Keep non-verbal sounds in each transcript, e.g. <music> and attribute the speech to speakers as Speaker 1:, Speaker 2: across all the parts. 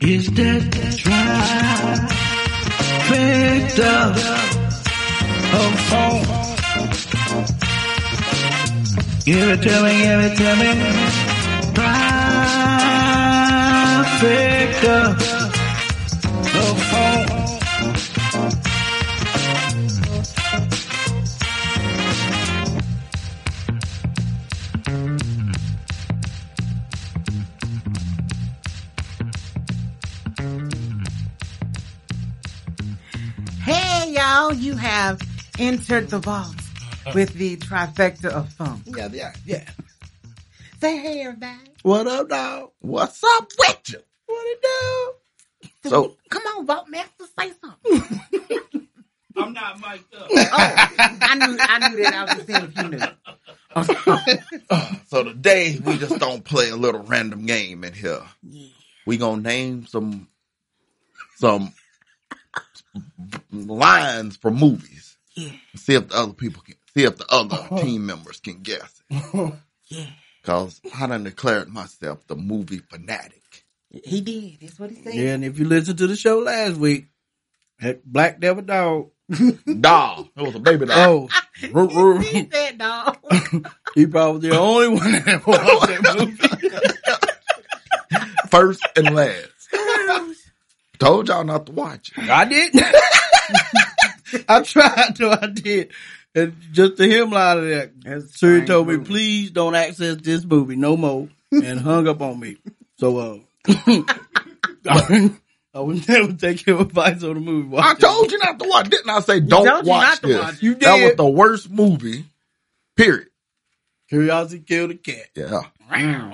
Speaker 1: Is that right? Victor. Oh, oh. Give it to me, give it to me. Trifecta. Oh, oh.
Speaker 2: Hey, y'all, you have entered the vault with the trifecta of funk.
Speaker 3: Yeah, yeah, yeah.
Speaker 2: Say hey, everybody.
Speaker 3: What up, dog? What's up with you? What it do? So-
Speaker 2: come on, Vault Master, say something.
Speaker 4: <laughs> I'm not mic'd up.
Speaker 2: oh, I knew, I knew that. I was just saying if you knew.
Speaker 3: So today we just don't play a little random game in here. We gonna name some some lines from movies.
Speaker 2: Yeah.
Speaker 3: See if the other people can see if the other team members can guess. It.
Speaker 2: Yeah,
Speaker 3: Cause I done declared myself the movie fanatic.
Speaker 2: he did. That's what he said.
Speaker 5: Yeah, and if you listen to the show last week, that black devil dog.
Speaker 3: Doll. It was a baby
Speaker 5: Oh,
Speaker 3: doll.
Speaker 5: ruh, ruh.
Speaker 2: He said, <laughs> dog.
Speaker 5: he probably the only one that <laughs> watched that movie.
Speaker 3: First and last. Told y'all not to watch it.
Speaker 5: I did. <laughs> I tried though. I did. And just to him out of that,
Speaker 2: That's
Speaker 5: Siri
Speaker 2: fine
Speaker 5: told me,
Speaker 2: movie.
Speaker 5: "Please don't access this movie no more," and hung up on me. So, uh, <laughs> I, would never take your advice on the movie.
Speaker 3: I told you not to watch. Didn't I say don't
Speaker 2: told you
Speaker 3: watch
Speaker 2: not to
Speaker 3: this?
Speaker 2: watch it.
Speaker 5: You
Speaker 3: That was
Speaker 5: did.
Speaker 3: the worst movie. Period.
Speaker 5: Curiosity killed the cat. <laughs>
Speaker 3: Yeah.
Speaker 2: I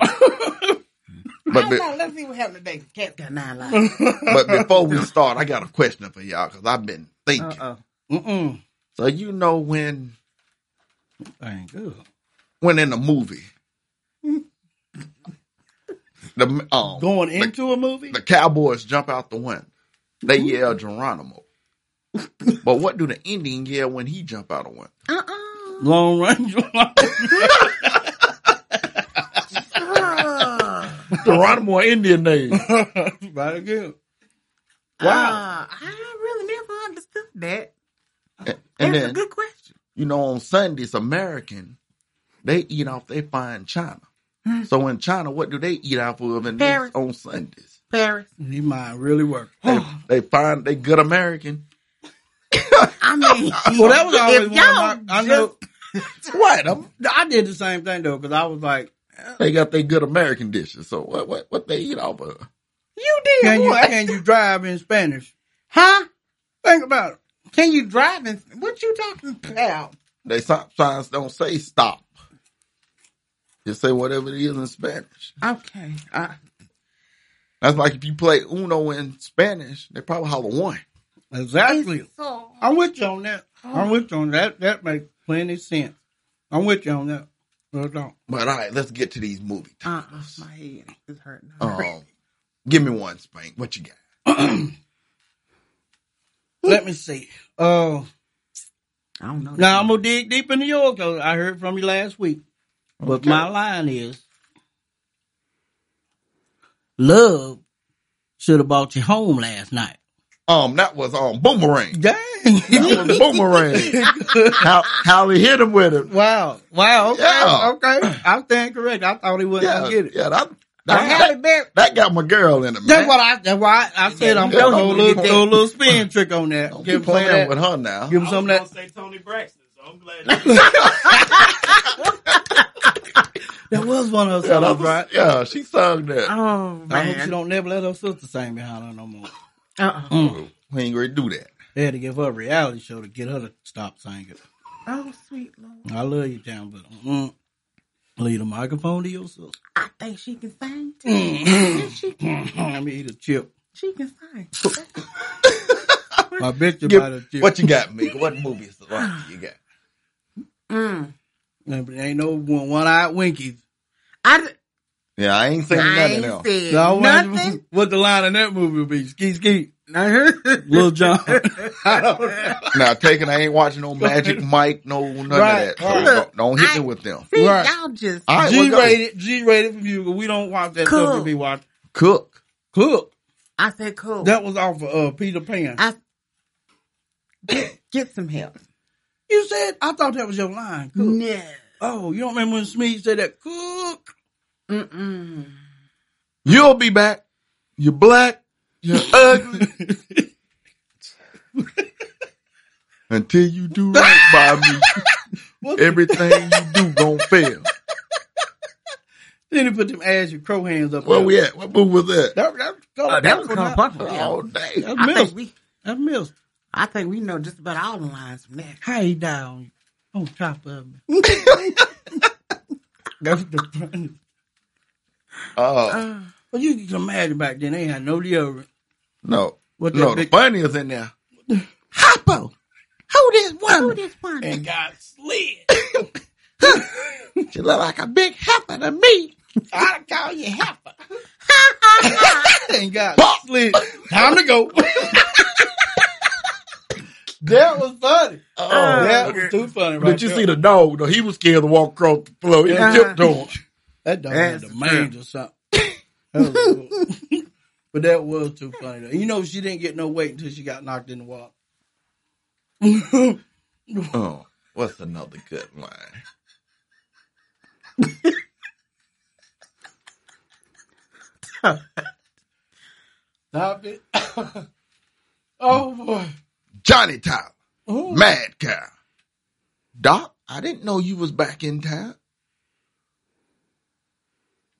Speaker 3: But
Speaker 2: don't
Speaker 3: be-
Speaker 2: know. Let's see what happened today. Cat got nine <laughs> lives.
Speaker 3: but before we start, I got a question for y'all because I've been thinking.
Speaker 2: Uh-oh.
Speaker 5: Mm-mm.
Speaker 3: So you know when
Speaker 5: Ain't good.
Speaker 3: when in
Speaker 2: <laughs>
Speaker 3: a movie, the um,
Speaker 5: Going
Speaker 3: the-
Speaker 5: into a movie,
Speaker 3: the Cowboys jump out the window. They yell Geronimo. but what do the Indian yell when he jump out the window?
Speaker 4: <laughs>
Speaker 2: Uh-uh.
Speaker 5: long range.
Speaker 3: <laughs> Geronimo, an Indian name.
Speaker 5: <laughs> right again.
Speaker 3: Wow.
Speaker 2: Uh, I really never understood that.
Speaker 3: And
Speaker 2: That's
Speaker 3: then
Speaker 2: a good question.
Speaker 3: you know, on Sundays, American, they eat off they fine China. So in China, what do they eat off of in
Speaker 2: Paris.
Speaker 3: on Sundays?
Speaker 2: Paris.
Speaker 5: He mind really work.
Speaker 3: They, they find they good American.
Speaker 2: I mean,
Speaker 5: <laughs> Well, that was always
Speaker 2: if
Speaker 5: one of
Speaker 2: y'all
Speaker 5: my. I know.
Speaker 3: What? Um,
Speaker 5: I did the same thing though, because I was like,
Speaker 3: they got their good American dishes. So what what what they eat off of?
Speaker 2: you did
Speaker 5: "Can you
Speaker 2: what?
Speaker 5: can you drive in Spanish?
Speaker 2: huh?
Speaker 5: Think about it.
Speaker 2: Can you drive? And, what you talking about?
Speaker 3: They sometimes don't say stop. Just say whatever it is in Spanish.
Speaker 2: Okay. Uh,
Speaker 3: That's like if you play Uno in Spanish, they probably holler one.
Speaker 5: Exactly.
Speaker 2: so,
Speaker 5: I'm with you on that.
Speaker 3: Oh.
Speaker 5: I'm with you on that. That makes plenty sense. I'm with you on that. No, don't.
Speaker 3: But all right, let's get to these movie
Speaker 2: uh,
Speaker 3: titles.
Speaker 2: my head is hurting.
Speaker 5: Oh.
Speaker 3: Um, give me one, Spank. What you got?
Speaker 5: Let me see. Uh,
Speaker 2: I don't know.
Speaker 5: now I'm gonna dig deep into yours 'cause I heard from you last week. But my line is, love should have bought you home last night.
Speaker 3: Um, that was um
Speaker 5: <laughs>
Speaker 3: boomerang.
Speaker 5: Dang. <laughs>
Speaker 3: That was <laughs> boomerang. How how he hit him with it?
Speaker 5: wow. Wow. Okay.
Speaker 3: Yeah.
Speaker 5: Okay. I'm stand correct. I thought he wasn't
Speaker 3: Yeah,
Speaker 5: gonna get it.
Speaker 3: yeah. That
Speaker 2: I
Speaker 3: that,
Speaker 2: had
Speaker 3: that,
Speaker 2: it back.
Speaker 3: that got my girl in it. Man.
Speaker 5: That's what I. That's why I, I said I'm gonna throw a little,
Speaker 3: Yeah.
Speaker 5: throw a little spin trick on that.
Speaker 3: Don't
Speaker 5: Give him
Speaker 3: keep
Speaker 5: some of
Speaker 3: playing with
Speaker 5: that.
Speaker 3: her now.
Speaker 5: Give
Speaker 4: I
Speaker 5: him
Speaker 4: was
Speaker 5: some
Speaker 4: gonna
Speaker 5: of that.
Speaker 4: say Tony Braxton, so
Speaker 2: <laughs>
Speaker 4: I'm glad. You
Speaker 5: That was one of her
Speaker 3: yeah, <laughs> that
Speaker 5: songs,
Speaker 3: was-
Speaker 5: right?
Speaker 3: yeah, she sung that.
Speaker 2: Oh
Speaker 5: I hope she
Speaker 2: man.
Speaker 5: don't never let her sister sing behind her no more.
Speaker 2: Uh-uh.
Speaker 5: Mm.
Speaker 3: We ain't gonna do that.
Speaker 5: They had to give her a reality show to get her to stop singing.
Speaker 2: Oh sweet lord.
Speaker 5: I love you, Town, but mm, leave the microphone to your sister. <laughs>
Speaker 2: I think she can sing. Too.
Speaker 5: Mm-hmm.
Speaker 2: Yes, she can.
Speaker 5: Let me eat a chip.
Speaker 2: She can
Speaker 5: <laughs>
Speaker 2: sing.
Speaker 5: I bet you
Speaker 3: Give-
Speaker 5: about a chip.
Speaker 3: what you got, Mika?
Speaker 5: <laughs>
Speaker 3: What movie is the last you got?
Speaker 2: Mm.
Speaker 5: ain't no one, one-eyed Winkies.
Speaker 2: I, d-
Speaker 3: Yeah, I ain't seen
Speaker 2: I
Speaker 3: nothing
Speaker 2: ain't
Speaker 3: else.
Speaker 2: said
Speaker 5: So I wonder
Speaker 2: nothing.
Speaker 5: What the line in that movie would be? Ski, ski. <laughs> Little John. I don't know.
Speaker 3: Now, taking I ain't watching no Magic Mike, no none
Speaker 5: Right,
Speaker 3: of that. So
Speaker 5: right.
Speaker 3: don't, don't hit
Speaker 2: I-
Speaker 3: me with them.
Speaker 2: See,
Speaker 5: Right.
Speaker 2: y'all just
Speaker 3: All right, we'll go.
Speaker 5: G-rated, G-rated for you. but We don't watch that
Speaker 2: Cool.
Speaker 5: stuff to be watched.
Speaker 3: Cook.
Speaker 5: Cook.
Speaker 2: I said, cool.
Speaker 5: That was off of uh, Peter Pan.
Speaker 2: I get, get some help.
Speaker 5: you said I thought that was your line. Cook.
Speaker 2: No.
Speaker 5: Oh, you don't remember when Smeed said that? Cook.
Speaker 2: Mm-mm.
Speaker 3: You'll be back. You're black. You're ugly. Until you do right by
Speaker 5: What?
Speaker 3: me, everything you do gon' fail.
Speaker 5: Then he put them ass and crow hands up.
Speaker 3: Where
Speaker 5: there.
Speaker 3: we at? What move was that?
Speaker 5: That, that, that,
Speaker 2: Uh, that was
Speaker 5: that-
Speaker 2: Colonel Buckner, yeah.
Speaker 3: All day.
Speaker 5: That
Speaker 2: I think
Speaker 5: missed.
Speaker 2: we,
Speaker 5: That missed.
Speaker 2: I think we know just about all the lines from that.
Speaker 5: How he died on, on top of me.
Speaker 3: <laughs>
Speaker 5: That's the funny.
Speaker 3: Oh
Speaker 2: Uh,
Speaker 5: <laughs> Well, you can imagine back then they had no deodorant.
Speaker 3: no,
Speaker 5: What that
Speaker 3: no. The
Speaker 5: big-
Speaker 3: funny is
Speaker 5: <laughs>
Speaker 3: in there. Hoppo, who this
Speaker 2: who
Speaker 3: woman?
Speaker 2: this one?
Speaker 5: And <laughs> got slid. <laughs>
Speaker 3: She look like a big heifer to me.
Speaker 5: I call you heifer. <laughs> and got slid. Time to <laughs> go. that was funny.
Speaker 3: Oh,
Speaker 5: that was too funny. Right
Speaker 3: But you
Speaker 5: there. Uh-huh.
Speaker 3: see the dog though? He was scared to walk across the floor. He was
Speaker 2: Yeah.
Speaker 3: tiptoeing.
Speaker 5: That dog had
Speaker 2: That's
Speaker 5: the mange or something. That was cool. <laughs> but that was too funny. Though. You know, she didn't get no weight until she got knocked in the wall.
Speaker 3: Oh, what's another good line?
Speaker 5: Stop it. <laughs> oh, boy.
Speaker 3: Johnny Tyler,
Speaker 5: Oh.
Speaker 3: Mad Cow. Doc, I didn't know you was back in town.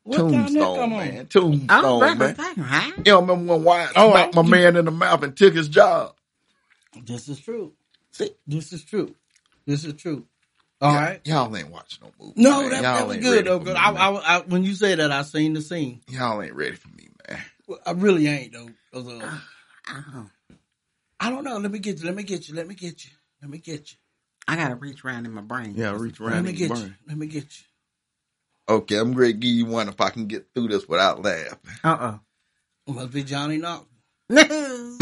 Speaker 5: What time that
Speaker 3: Tombstone,
Speaker 5: come on?
Speaker 3: man.
Speaker 2: <laughs> I'm oh,
Speaker 3: Tombstone, man.
Speaker 2: back on right?
Speaker 3: You don't remember when Wyatt
Speaker 5: Oh,
Speaker 3: smacked my
Speaker 5: I-
Speaker 3: man in the mouth and took his job?
Speaker 5: This is true.
Speaker 3: See,
Speaker 5: This is true. This is true. All
Speaker 3: y'all-
Speaker 5: right.
Speaker 3: y'all ain't watching no movie.
Speaker 5: No,
Speaker 3: man.
Speaker 5: that, that
Speaker 3: Y'all
Speaker 5: was
Speaker 3: ain't
Speaker 5: good
Speaker 3: ready
Speaker 5: though.
Speaker 3: for
Speaker 5: 'cause
Speaker 3: me,
Speaker 5: I,
Speaker 3: man.
Speaker 5: I, I, when you say that, I seen the scene.
Speaker 3: y'all ain't ready for me, man.
Speaker 5: Well, I really ain't though. 'cause, uh,
Speaker 3: Ah.
Speaker 2: Oh,
Speaker 5: I don't know. Let me get you. Let me get you. Let me get you. Let me get you.
Speaker 2: I gotta reach around in my brain.
Speaker 3: Yeah, reach around
Speaker 5: Let me
Speaker 3: and
Speaker 5: get you.
Speaker 3: burn.
Speaker 5: Let me get you.
Speaker 3: Okay, I'm ready to give you one if I can get through this without laughing. <laughs>
Speaker 2: Uh
Speaker 5: Must be Johnny Knox. <laughs>
Speaker 2: oh.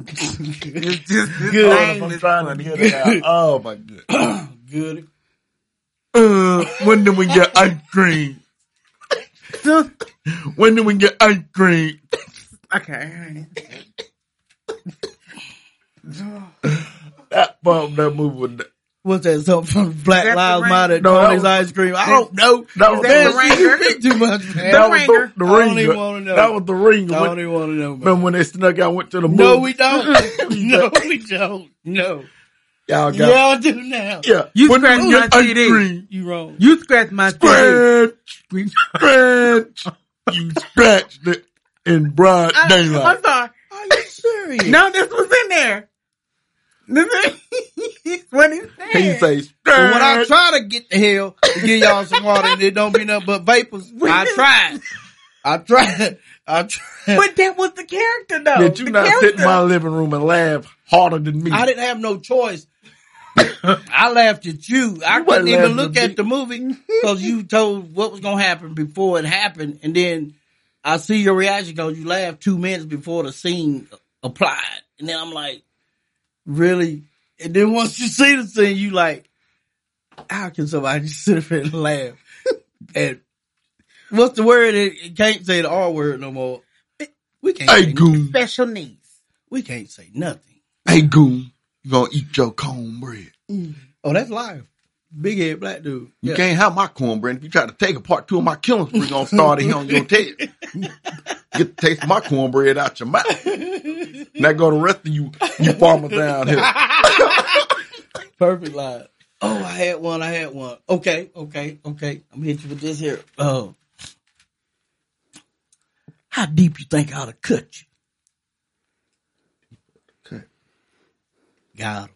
Speaker 2: it's just this
Speaker 3: Good.
Speaker 2: thing
Speaker 3: I'm
Speaker 2: is
Speaker 3: trying
Speaker 2: funny.
Speaker 3: to get it out. <laughs> Oh my god.
Speaker 5: <coughs> Good.
Speaker 3: Uh, when do we get ice cream? When do we get ice cream?
Speaker 2: okay.
Speaker 3: That bump that movie with the,
Speaker 5: What's that something from Black
Speaker 2: That's the
Speaker 5: Lives
Speaker 2: ring-
Speaker 5: Matter?
Speaker 3: No, that
Speaker 5: Tony's
Speaker 3: was-
Speaker 5: ice cream. I don't know.
Speaker 3: that
Speaker 5: Man,
Speaker 3: was
Speaker 2: that the
Speaker 5: she- you
Speaker 2: ringer?
Speaker 5: think too much, man.
Speaker 3: that was
Speaker 2: ringer?
Speaker 3: the, the
Speaker 5: I don't even wanna
Speaker 3: ringer.
Speaker 5: know.
Speaker 3: That was the ringer.
Speaker 5: I don't
Speaker 3: When-
Speaker 5: even want to know, man.
Speaker 3: remember when they snuck out went to the movie?
Speaker 5: No, we
Speaker 3: <laughs>
Speaker 5: don't. <laughs> no, we don't. No.
Speaker 3: y'all
Speaker 5: Yeah,
Speaker 3: got
Speaker 5: I do now.
Speaker 3: yeah.
Speaker 2: You
Speaker 3: when do
Speaker 2: scratched
Speaker 3: we get
Speaker 2: my
Speaker 3: ice
Speaker 2: CD.
Speaker 3: cream?
Speaker 5: You wrong.
Speaker 2: You scratch my face.
Speaker 3: Scratch, scratch.
Speaker 5: <laughs>
Speaker 3: you scratched it in broad
Speaker 2: I'm
Speaker 3: daylight.
Speaker 2: sorry.
Speaker 5: Are you serious?
Speaker 2: No, this was in there. This is <laughs> what he said.
Speaker 3: He say scratch.
Speaker 5: But when I try to get the hell to give y'all some water and it don't be nothing but vapors, I tried. I tried. I tried.
Speaker 2: But that was the character, though.
Speaker 3: Did you
Speaker 2: The
Speaker 3: not sit in
Speaker 2: character.
Speaker 3: my living room and laugh harder than me?
Speaker 5: I didn't have no choice. I laughed at you. I
Speaker 3: You wasn't
Speaker 5: couldn't even
Speaker 3: laughing
Speaker 5: look
Speaker 3: at
Speaker 5: at
Speaker 3: me.
Speaker 5: the movie because you told what was gonna happen before it happened, and then I see your reaction because you laughed two minutes before the scene applied, and then I'm like, really? And then once you see the scene, you like, how can somebody <laughs> sit there and laugh? and what's the word? It, it can't say the R word no more. We can't.
Speaker 3: Hey
Speaker 5: say,
Speaker 3: goon,
Speaker 2: special needs.
Speaker 5: we can't say nothing.
Speaker 3: hey goon, you gonna eat your cornbread?
Speaker 5: Oh, that's live. Big head black dude.
Speaker 3: You can't have my cornbread. If you try to take apart two of my killings, we're gonna start it here on your tail. Get the taste of my cornbread out your mouth. Now go the rest of you, you farmers down here.
Speaker 5: Perfect line. Oh, I had one. I had one. Okay, okay, okay. I'm gonna hit you with this here. Oh, how deep you think I ought to cut you?
Speaker 3: Okay.
Speaker 5: Got him.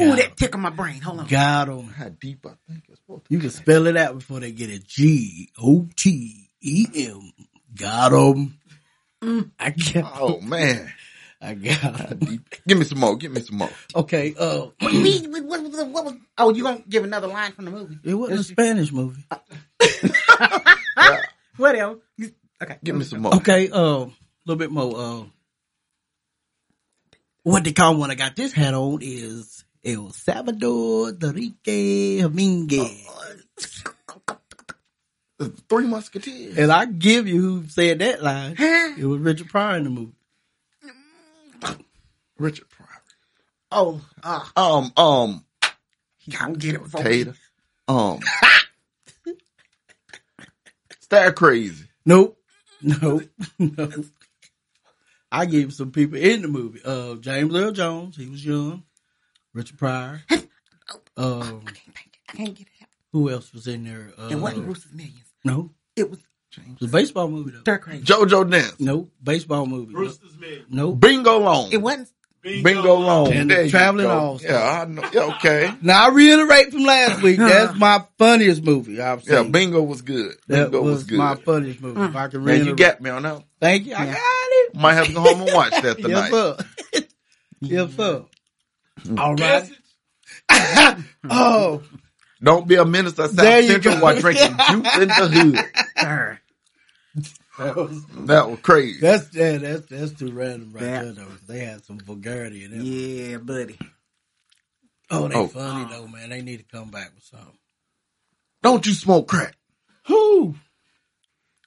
Speaker 2: Ooh, that tickled my brain. Hold on.
Speaker 5: Got him.
Speaker 3: How deep I think it's supposed to
Speaker 5: You can spell it out before they get a G O T E M. Got him. I got.
Speaker 3: Oh man.
Speaker 5: I got him.
Speaker 3: Give me some more. Give me some more.
Speaker 5: Okay. Uh,
Speaker 2: Me, what, what, what, what was, oh, you gonna give another line from the movie?
Speaker 5: it wasn't a Spanish movie.
Speaker 2: What else? You- Okay.
Speaker 3: Give me some more.
Speaker 5: Okay, uh, a little bit more. Uh, what they call when I got this hat on is El Uh, Salvador Dorique Dominguez.
Speaker 3: The Uh, Three Musketeers.
Speaker 5: And I give you who said that line. It was Richard Pryor in the movie.
Speaker 3: Richard Pryor.
Speaker 2: Oh, ah,
Speaker 3: Um, um,
Speaker 2: he gonna get it for
Speaker 3: Tater. Um, Star Crazy.
Speaker 5: Nope. Nope. <laughs> no. I gave you some people in the movie. Uh, James Earl Jones, he was young. Richard <laughs> Pryor. Um,
Speaker 2: I can't think. I can't get it out.
Speaker 5: who else was in there? Uh,
Speaker 2: It wasn't Bruce's Millions.
Speaker 5: No.
Speaker 2: It was
Speaker 5: It was a baseball movie, though.
Speaker 2: stir crazy.
Speaker 3: JoJo Dance.
Speaker 5: Nope. Baseball movie.
Speaker 4: Brewster's Million.
Speaker 5: Nope.
Speaker 3: Bingo Long.
Speaker 2: It wasn't.
Speaker 3: Bingo Long.
Speaker 5: And
Speaker 3: There you
Speaker 5: Traveling
Speaker 3: go.
Speaker 5: All-Stars.
Speaker 3: Yeah, I know. Yeah,
Speaker 5: <laughs>
Speaker 3: okay.
Speaker 5: Now, I reiterate from last week. That's my funniest movie I've seen.
Speaker 3: Yeah, Bingo was good.
Speaker 5: that
Speaker 3: Bingo
Speaker 5: was,
Speaker 3: was, good.
Speaker 5: my funniest movie. If I can
Speaker 3: Man, you
Speaker 5: reiterate-
Speaker 3: got me on that.
Speaker 5: Thank you. I
Speaker 2: Yeah.
Speaker 5: got it.
Speaker 3: Might have to go home and watch
Speaker 5: <laughs>
Speaker 3: that
Speaker 5: Yes,
Speaker 3: tonight.
Speaker 5: sir. yes, sir.
Speaker 2: Mm-hmm.
Speaker 5: All right.
Speaker 4: Message.
Speaker 5: <laughs> Oh,
Speaker 3: Don't be a menace to South
Speaker 5: There you
Speaker 3: Central
Speaker 5: go. <laughs>
Speaker 3: while drinking juice in the hood. That was crazy.
Speaker 5: that's yeah, that's that's too random right
Speaker 2: That-
Speaker 5: there. Though they had some vulgarity in it.
Speaker 2: Yeah, buddy.
Speaker 5: Oh, they
Speaker 3: Oh.
Speaker 5: funny though, man. They need to come back with something.
Speaker 3: Don't you smoke crack.
Speaker 5: Who?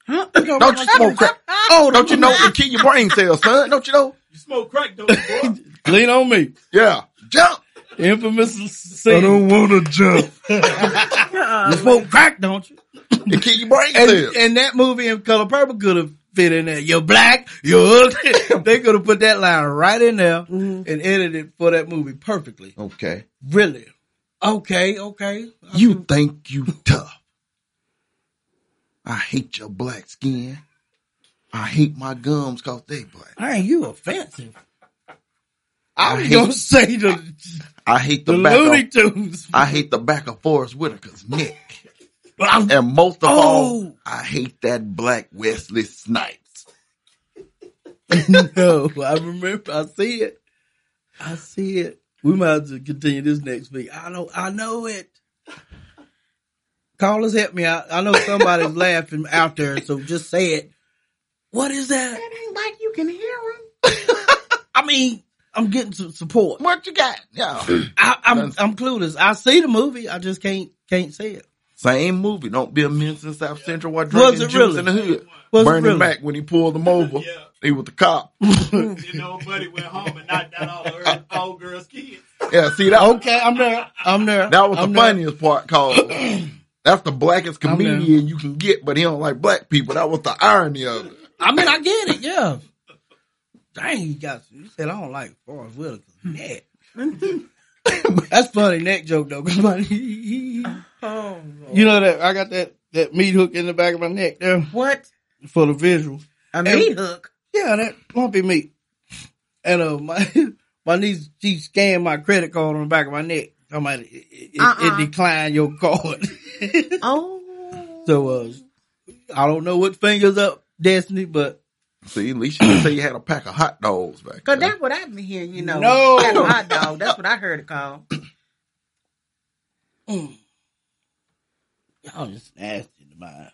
Speaker 3: Don't you smoke crack.
Speaker 5: <laughs> Oh,
Speaker 3: Don't you know it can kill your brain cells, son? Don't you know?
Speaker 4: You smoke crack, don't you, boy?
Speaker 5: Lean on me.
Speaker 3: Yeah. Jump.
Speaker 5: Infamous
Speaker 2: Oh,
Speaker 5: scene.
Speaker 3: want to jump.
Speaker 5: You smoke crack, don't you?
Speaker 3: It kill your
Speaker 5: Um,
Speaker 3: brain
Speaker 5: And,
Speaker 3: cells.
Speaker 5: and that movie in Color Purple could have fit in there. You're black. You're ugly.
Speaker 3: <laughs>
Speaker 5: they could have put that line right in there
Speaker 3: Mm-hmm.
Speaker 5: and edited it for that movie perfectly.
Speaker 3: Okay.
Speaker 5: Really? Okay, okay.
Speaker 3: You think you tough. I hate your black skin. I hate my gums cause they black.
Speaker 5: I ain't you offensive. I
Speaker 3: I
Speaker 5: was
Speaker 3: hate-
Speaker 5: gonna say the,
Speaker 3: I hate
Speaker 5: the
Speaker 3: the, back
Speaker 5: Looney
Speaker 3: of,
Speaker 5: Tunes.
Speaker 3: I hate the back of Forrest Whitaker's neck.
Speaker 5: But I'm-
Speaker 3: And most of all,
Speaker 5: Oh.
Speaker 3: I hate that black Wesley Snipes.
Speaker 5: <laughs> no, I remember. I see it. I see it. We might have to continue this next week. I know. I know it. Callers, help me out. I know
Speaker 3: <laughs>
Speaker 5: somebody's laughing out there, so just say it. What is that?
Speaker 2: It ain't like you can hear him.
Speaker 5: I mean, I'm getting some support.
Speaker 3: What you got? Yeah.
Speaker 5: I, I'm I'm clueless. I see the movie. I just can't can't say it.
Speaker 3: Same movie. Don't be a menace in South Central while
Speaker 5: Was
Speaker 3: drinking
Speaker 5: it
Speaker 3: juice
Speaker 5: really?
Speaker 3: in the hood.
Speaker 5: Was it
Speaker 3: Bernie
Speaker 5: really?
Speaker 3: Mac when he pulled him over.
Speaker 4: Yeah.
Speaker 3: He was the cop.
Speaker 4: You know, buddy went home and knocked out all her all girls' kids.
Speaker 3: Yeah, see that
Speaker 5: Okay, I'm there. I'm there.
Speaker 3: that was
Speaker 5: I'm
Speaker 3: the
Speaker 5: there.
Speaker 3: funniest part cause
Speaker 5: <clears throat>
Speaker 3: that's the blackest
Speaker 5: I'm down.
Speaker 3: comedian you can get, but he don't like black people. That was the irony of it.
Speaker 5: I mean, I get it. Yeah. Dang, you got. You said I don't like Forrest Whitaker.
Speaker 3: Hmm.
Speaker 5: Neck. <laughs> That's funny neck joke though. <laughs> 'cause my- you
Speaker 2: Oh,
Speaker 5: know that I got that that meat hook in the back of my neck there
Speaker 2: what?
Speaker 5: for the visual.
Speaker 2: A
Speaker 5: Hey.
Speaker 2: meat hook.
Speaker 5: Yeah, that lumpy meat. And uh, my <laughs> my niece she scanned my credit card on the back of my neck. I'm like, it, it, it
Speaker 2: Uh-uh.
Speaker 5: declined your card. <laughs>
Speaker 2: Oh.
Speaker 5: so uh, I don't know what fingers up, Destiny, but
Speaker 3: See, at least you can say you had a pack of hot dogs back
Speaker 2: Cause
Speaker 3: then.
Speaker 2: that's what I've been hearing, you know.
Speaker 5: No.
Speaker 2: Got a hot dog. That's what I heard it called.
Speaker 5: y'all just nasty to mine.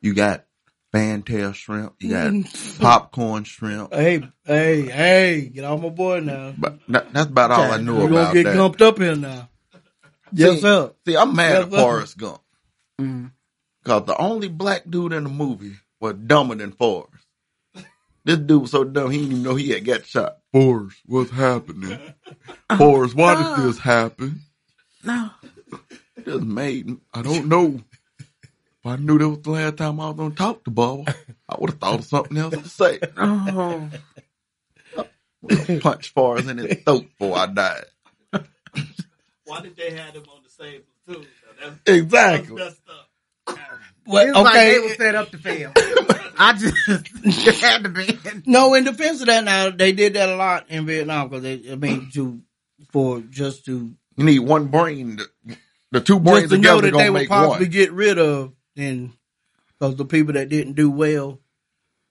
Speaker 3: you got fantail shrimp, you got
Speaker 5: <laughs>
Speaker 3: popcorn shrimp.
Speaker 5: Hey, hey, hey, get off my board now.
Speaker 3: But that, that's about all I knew
Speaker 5: You're
Speaker 3: about
Speaker 5: gonna get
Speaker 3: that.
Speaker 5: gumped up in now. Yes,
Speaker 3: See,
Speaker 5: sir.
Speaker 3: See, I'm mad
Speaker 5: Yeah,
Speaker 3: at
Speaker 5: but-
Speaker 3: Forrest Gump. Because the only black dude in the movie was dumber than Forrest. This dude was so dumb, he didn't even know he had got shot. Forrest, what's happening? Forrest, why did this happen?
Speaker 2: No.
Speaker 3: Just made, I don't know. If I knew that was the last time I was going to talk to Bubba, I would have thought of something else to say.
Speaker 2: Oh.
Speaker 3: Punch Forrest in his throat before
Speaker 2: <laughs>
Speaker 3: I died.
Speaker 4: Why did they have them on the same platoon? Now, That's, that's
Speaker 3: Exactly.
Speaker 4: messed up.
Speaker 5: Well,
Speaker 2: It was like
Speaker 5: okay.
Speaker 2: they were set up to fail. I just had to be.
Speaker 5: no, in defense of that, now they did that a lot in Vietnam because they, I mean, to for just to
Speaker 3: You need one brain. to- the two brains
Speaker 5: just to know
Speaker 3: together
Speaker 5: that
Speaker 3: going
Speaker 5: they
Speaker 3: to
Speaker 5: would
Speaker 3: make
Speaker 5: possibly
Speaker 3: one.
Speaker 5: get rid of, and because the people that didn't do well